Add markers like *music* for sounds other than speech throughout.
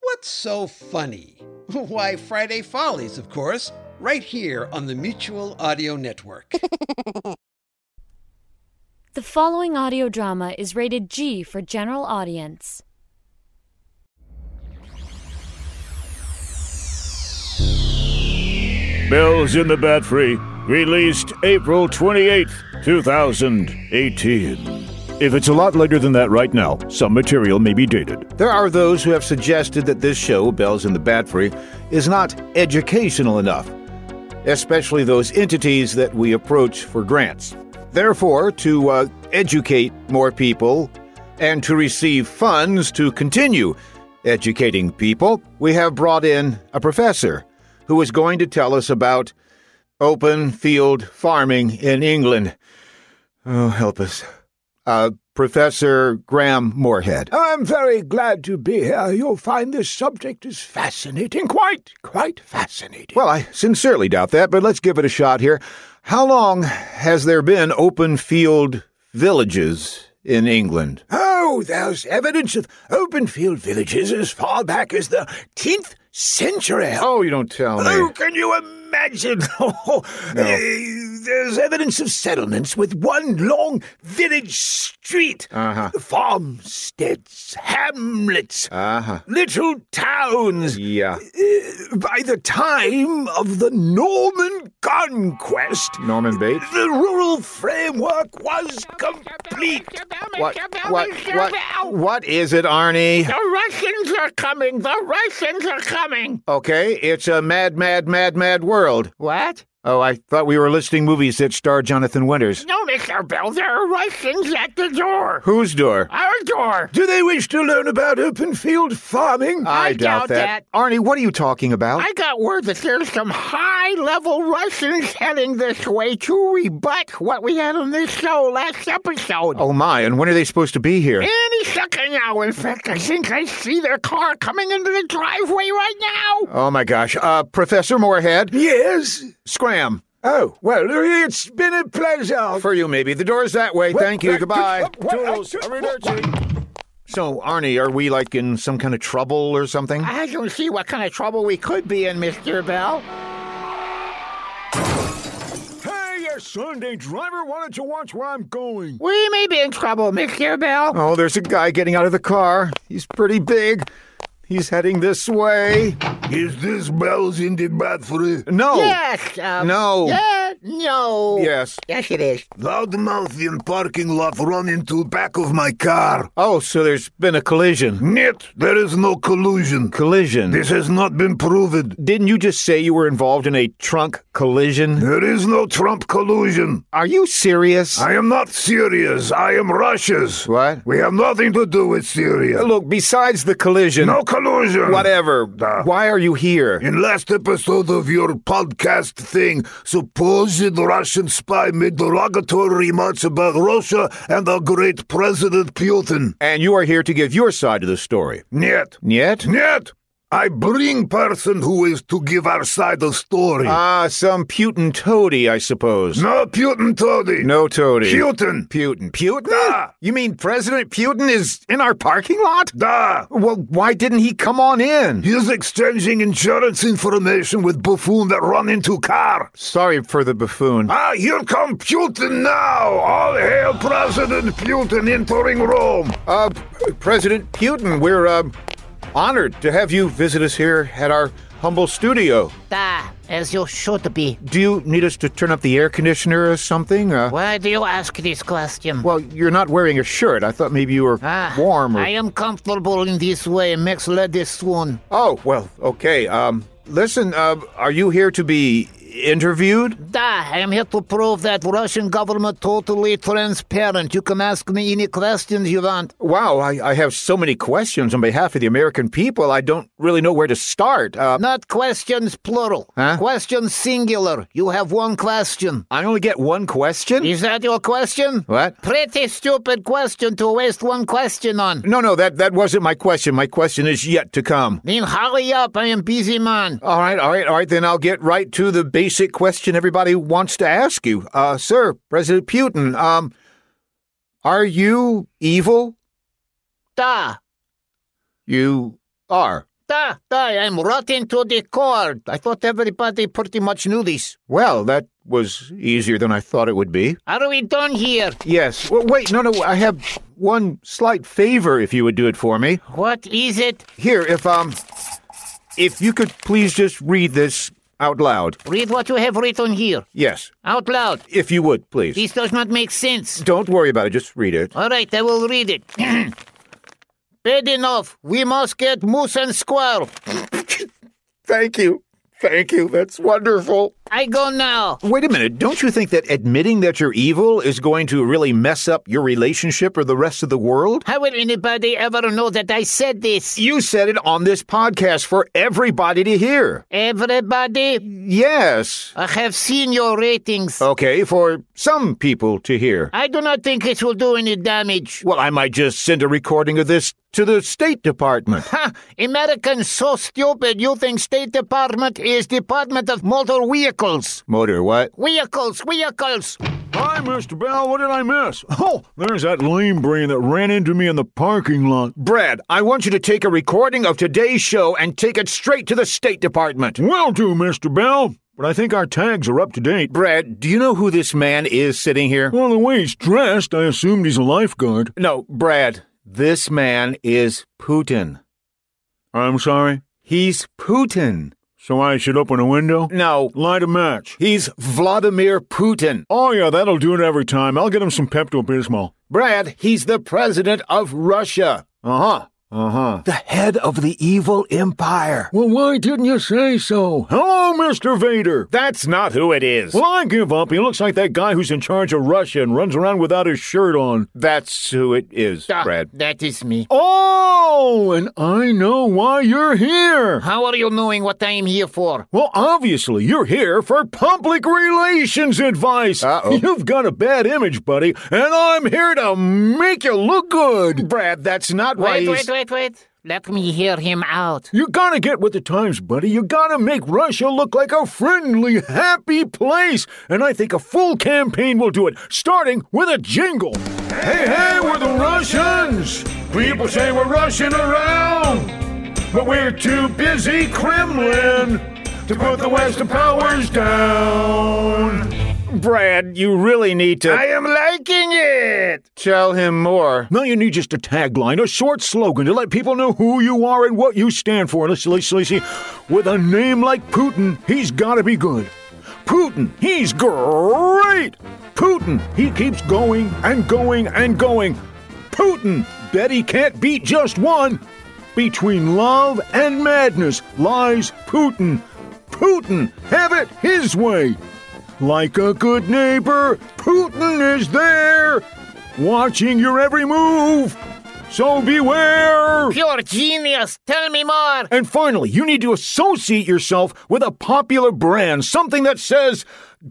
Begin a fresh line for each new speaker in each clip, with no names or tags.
What's so funny? *laughs* Why, Friday Follies, of course, right here on the Mutual Audio Network. *laughs*
The following audio drama is rated G for general audience.
Bells in the Bat Free, released April 28th, 2018. If it's a lot later than that right now, some material may be dated.
There are those who have suggested that this show, Bells in the Bat Free, is not educational enough, especially those entities that we approach for grants. Therefore, to uh, educate more people and to receive funds to continue educating people, we have brought in a professor who is going to tell us about open field farming in England. Oh, help us. Uh, Professor Graham Moorhead.
I'm very glad to be here. You'll find this subject is fascinating, quite, quite fascinating.
Well, I sincerely doubt that, but let's give it a shot here. How long has there been open field villages in England?
Oh, there's evidence of open field villages as far back as the 10th century.
Oh, you don't tell me.
Oh, can you imagine? *laughs* Oh,
No.
eh, There's evidence of settlements with one long village street.
Uh-huh.
Farmsteads, hamlets,
Uh-huh.
little towns.
Yeah.
Eh, By the time of the Norman conquest,
Norman Bates?
the rural framework was complete.
What, what, what, what is it, Arnie?
The Russians are coming! The Russians are coming!
Okay, it's a mad, mad, mad, mad world.
What?
Oh, I thought we were listing movies that star Jonathan Winters.
No, Mr. Bell, there are Russians at the door!
Whose door?
Our door!
Do they wish to learn about open field farming?
I doubt that.
Arnie, what are you talking about?
I got word that there's some high level Russians heading this way to rebut what we had on this show last episode.
Oh my, and when are they supposed to be here?
Any second now. In fact, I think I see their car coming into the driveway right now.
Oh my gosh. Uh, Professor Moorhead,
Yes.
scram.
Oh, well, it's been a pleasure.
For you, maybe. The door's that way. Thank you. Goodbye.
Toodles.
So, Arnie, are we like in some kind of trouble or something?
I don't see what kind of trouble we could be in, Mr. Bell.
Hey, a Sunday driver wanted to watch where I'm going.
We may be in trouble, Mr. Bell.
Oh, there's a guy getting out of the car. He's pretty big. He's heading this way.
Is this bells in the bathroom?
No.
Yes. Um,
Oh. No.
Yeah. No.
Yes.
Yes, it is.
Loudmouth in parking lot run into back of my car.
Oh, so there's been a collision.
Нет, there is no collusion.
Collision.
This has not been proven.
Didn't you just say you were involved in a trunk collision?
There is no Trump collusion.
Are you serious?
I am not serious. I am Russia's.
What?
We have nothing to do with Syria.
Look, besides the collision.
No collusion.
Whatever.
Uh,
Why are you here?
In last episode of your podcast thing, supposed Russian spy made derogatory remarks about Russia and our great President Putin.
And you are here to give your side of the story.
Нет.
Yet?
Нет. I bring person who is to give our side a story.
Ah, some Putin toady, I suppose.
no Putin toady.
No toady.
Putin.
Putin. Putin?
Ah!
You mean President Putin is in our parking lot?
Da.
Well, why didn't he come on in?
He is exchanging insurance information with buffoon that run into car.
Sorry for the buffoon.
Ah, here come Putin now! All hail President Putin entering Rome!
Uh, President Putin, we're um, honored to have you visit us here at our humble studio.
Ah, as you should be.
Do you need us to turn up the air conditioner or something? Uh,
Why do you ask this question?
Well, you're not wearing a shirt. I thought maybe you were
Ah,
warm. Or...
I am comfortable in this way. Max let this one.
Oh well, okay. Um, listen, uh, are you here to be interviewed?
Da, I am here to prove that Russian government totally transparent. You can ask me any questions you want.
Wow, I, I have so many questions on behalf of the American people. I don't really know where to start. Uh,
Not questions plural.
Huh?
Questions singular. You have one question.
I only get one question?
Is that your question?
What?
Pretty stupid question to waste one question on.
No, no, that, that wasn't my question. My question is yet to come.
Then hurry up, I am busy man.
All right, all right, all right. Then I'll get right to the basic question everybody wants to ask you. Uh, sir, President Putin, um, are you evil?
Da,
You are.
da, da, I'm rotten to the core. I thought everybody pretty much knew this.
Well, that was easier than I thought it would be.
Are we done here?
Yes. Well, wait, no, no. I have one slight favor if you would do it for me.
What is it?
Here, if, um, if you could please just read this out loud.
Read what you have written here.
Yes.
Out loud.
If you would, please.
This does not make sense.
Don't worry about it. Just read it.
All right, I will read it. *clears throat* Bad enough. We must get moose and squirrel.
Thank you. Thank you. That's wonderful.
I go now.
Wait a minute. Don't you think that admitting that you're evil is going to really mess up your relationship or the rest of the world?
How will anybody ever know that I said this?
You said it on this podcast for everybody to hear.
Everybody,
Yes.
I have seen your ratings.
Okay, for some people to hear.
I do not think it will do any damage.
Well, I might just send a recording of this to the State Department.
Ha! Americans so stupid you think State Department is Department of Motor Vehicles.
Motor, what?
Vehicles, vehicles.
Hi, Mr. Bell. What did I miss? Oh, there's that lame brain that ran into me in the parking lot.
Brad, I want you to take a recording of today's show and take it straight to the State Department.
Will do, Mr. Bell. But I think our tags are up to date.
Brad, do you know who this man is sitting here?
Well, the way he's dressed, I assumed he's a lifeguard.
No, Brad, this man is Putin.
I'm sorry.
He's Putin.
So I should open a window?
No,
Light a match.
he's Vladimir Putin.
Oh, yeah, that'll do it every time. I'll get him some Pepto Bismol.
Brad, he's the president of Russia,
Uh huh. Uh huh.
the head of the evil empire.
Well, why didn't you say so? Hello, Mr. Vader.
That's not who it is.
Well, I give up. He looks like that guy who's in charge of Russia and runs around without his shirt on.
That's who it is,
Ah,
Brad.
That is me.
Oh, and I know why you're here.
How are you knowing what I am here for?
Well, obviously, you're here for public relations advice.
Uh-oh.
*laughs* You've got a bad image, buddy, and I'm here to make you look good.
Brad, that's not why
Wait,
he's...
wait, wait, wait. Let me hear him out.
You gotta get with the times, buddy. You gotta make Russia look like a friendly, happy place. And I think a full campaign will do it, starting with a jingle. Hey, hey, we're the Russians! People say we're rushing around, but we're too busy Kremlin to put the Western powers down.
Brad, you really need to
am liking it.
tell him more.
Now you need just a tagline, a short slogan to let people know who you are and what you stand for. Let's, let's, let's see. With a name like Putin, he's got to be good. Putin, he's great. Putin, he keeps going and going and going. Putin, bet he can't beat just one. Between love and madness lies Putin. Putin, have it his way. Like a good neighbor, Putin is there, watching your every move. So beware!
Pure genius. Tell me more.
And finally, you need to associate yourself with a popular brand, something that says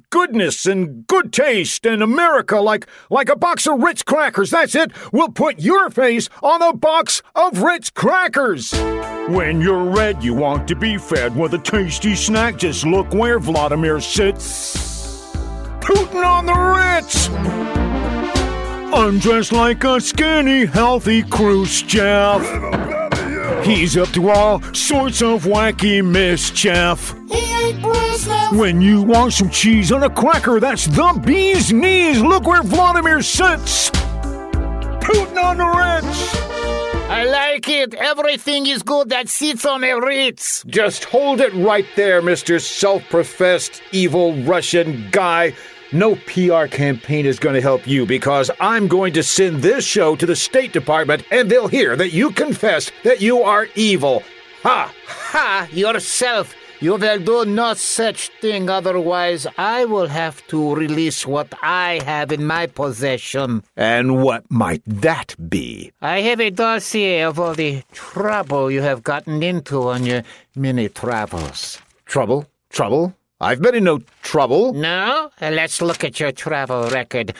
goodness and good taste and America like like a box of Ritz crackers. That's it. We'll put your face on a box of Ritz crackers. When you're red, you want to be fed with a tasty snack. Just look where Vladimir sits. Putin on the Ritz. I'm dressed like a skinny, healthy Khrushchev. He's up to all sorts of wacky mischief. When you want some cheese on a cracker, that's the bee's knees. Look where Vladimir sits. Putin on the Ritz.
I like it. Everything is good that sits on a Ritz.
Just hold it right there, Mr. Self professed evil Russian guy. No PR campaign is going to help you because I'm going to send this show to the State Department and they'll hear that you confessed that you are evil. Ha!
Ha! Yourself. You will do no such thing, otherwise, I will have to release what I have in my possession.
And what might that be?
I have a dossier of all the trouble you have gotten into on your many travels.
Trouble? Trouble? I've been in no trouble.
No? Let's look at your travel record.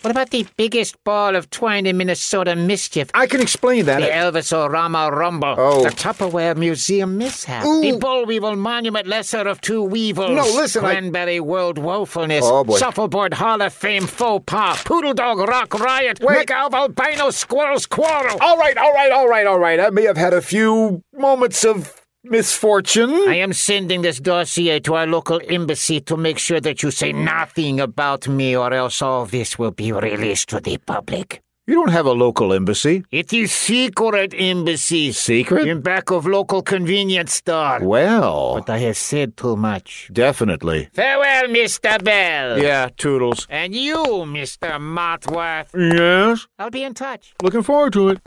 What about the biggest ball of twine in Minnesota mischief?
I can explain that.
The Elvis Orama Rumble.
Oh.
The Tupperware Museum mishap.
Ooh.
The Bull Weevil Monument Lesser of Two Weevils.
No, listen, I-
Cranberry World Woefulness.
Oh, boy.
Shuffleboard Hall of Fame Faux Pas. Poodle Dog Rock Riot.
Wait. Oh.
Mecca of Albino Squirrels Quarrel.
All right, all right, all right, all right. I may have had a few moments of misfortune.
I am sending this dossier to our local embassy to make sure that you say nothing about me, or else all this will be released to the public.
You don't have a local embassy.
It is secret embassy.
Secret?
In back of local convenience store.
Well,
But I have said too much.
definitely.
Farewell, Mr. Bell.
Yeah, Toodles.
And you, Mr. Motworth.
Yes,
I'll be in touch.
looking forward to it.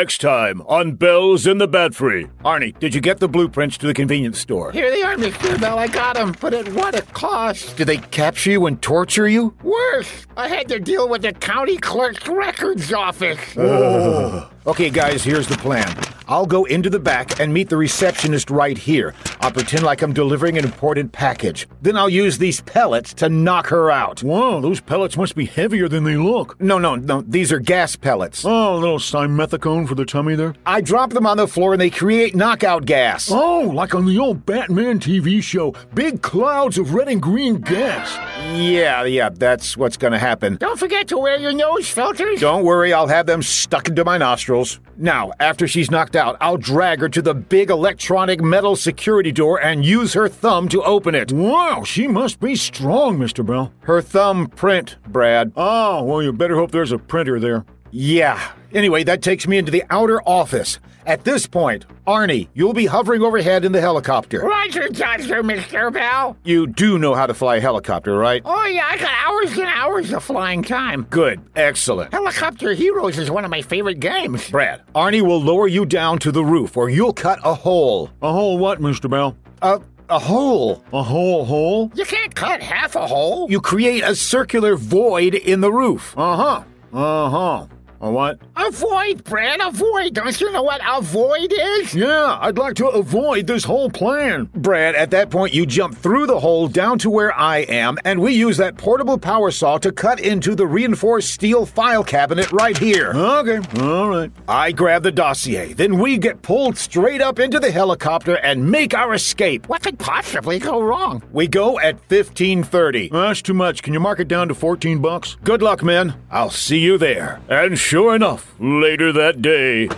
Next time on Bells in the Bat Free. Arnie, did you get the blueprints to the convenience store?
Here they are, Mr. Bell. I got them. But at what a cost.
Did they capture you and torture you?
Worse, I had to deal with the county clerk's records office.
Uh. Oh. Okay, guys, here's the plan. I'll go into the back and meet the receptionist right here. I'll pretend like I'm delivering an important package. Then I'll use these pellets to knock her out.
Wow, those pellets must be heavier than they look.
No, no, no, these are gas pellets.
Oh, a little simethicone for the tummy there.
I drop them on the floor and they create knockout gas.
Oh, like on the old Batman TV show, big clouds of red and green gas.
Yeah, yeah, that's what's gonna happen.
Don't forget to wear your nose filters.
Don't worry, I'll have them stuck into my nostrils. Now, after she's knocked out, I'll drag her to the big electronic metal security door and use her thumb to open it.
Wow, she must be strong, Mr. Bell.
Her thumb print, Brad.
Oh, well, you better hope there's a printer there.
Yeah. Anyway, that takes me into the outer office. At this point, Arnie, you'll be hovering overhead in the helicopter.
Roger, Dodger, Mr. Bell.
You do know how to fly a helicopter, right?
Oh, yeah, I got hours and hours of flying time.
Good. Excellent.
Helicopter Heroes is one of my favorite games.
Brad, Arnie will lower you down to the roof or you'll cut a hole.
A hole what, Mr. Bell?
A, a hole.
A hole hole?
You can't cut half a hole.
You create a circular void in the roof.
Uh huh. Uh huh. A what?
Avoid, Brad, avoid. Don't you know what avoid is?
Yeah, I'd like to avoid this whole plan.
Brad, at that point, you jump through the hole down to where I am, and we use that portable power saw to cut into the reinforced steel file cabinet right here.
Okay, all right.
I grab the dossier, then we get pulled straight up into the helicopter and make our escape.
What could possibly go wrong?
We go at 1530.
That's too much. Can you mark it down to 14 bucks?
Good luck, men. I'll see you there.
And sure enough, later that day.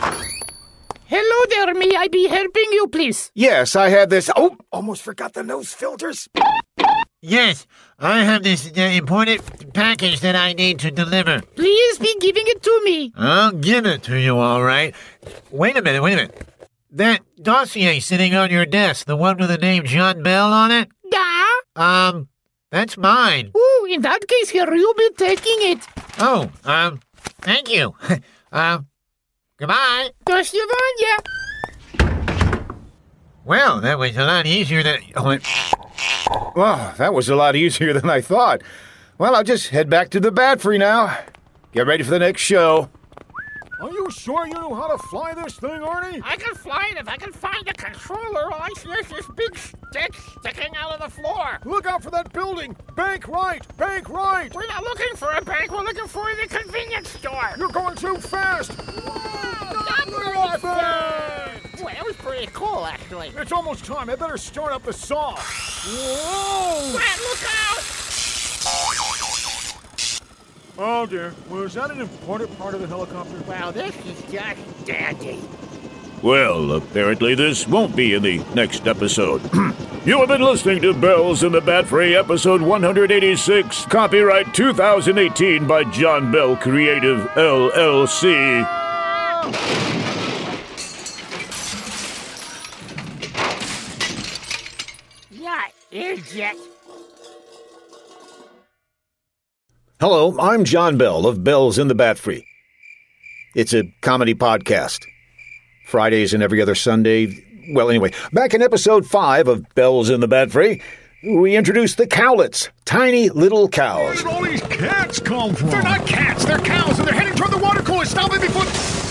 Hello there, may I be helping you, please?
Yes, I have this. Oh, almost forgot the nose filters.
Yes, I have this uh, important package that I need to deliver.
Please be giving it to me.
I'll give it to you, all right. Wait a minute, wait a minute. That dossier sitting on your desk, the one with the name John Bell on it,
Da?
um, that's mine.
Ooh, in that case, here you'll be taking it.
Oh, um, thank you. *laughs* um, goodbye.
Dostoevanya.
Well, that was a lot easier than. Oh, it-
Well, that was a lot easier *laughs* than I thought. Well, I'll just head back to the bat free now. Get ready for the next show.
Are you sure you know how to fly this thing, Arnie?
I can fly it if I can find the controller. All I see is this big stick sticking out of the floor.
Look out for that building! Bank right! Bank right!
We're not looking for a bank. We're looking for the convenience store.
You're going too fast!
That was fun. Boy, that was pretty cool, actually.
It's almost time. I better start up the saw.
Brad, look out!
Oh dear. Was that an important part of the helicopter?
Well, this is just dandy.
Well, apparently this won't be in the next episode. *clears throat* you have been listening to Bells in the Bat Free, episode 186, copyright 2018 by John Bell Creative LLC.
Yeah, idiot.
Hello, I'm John Bell of Bells in the Bat Free. It's a comedy podcast. Fridays and every other Sunday, Well, anyway, back in episode 5 of Bells in the Bat Free, we introduced the cowlets, tiny little cows.
all these cats come from? They're not cats. They're cows, and they're heading toward the water cooler. Stop it before.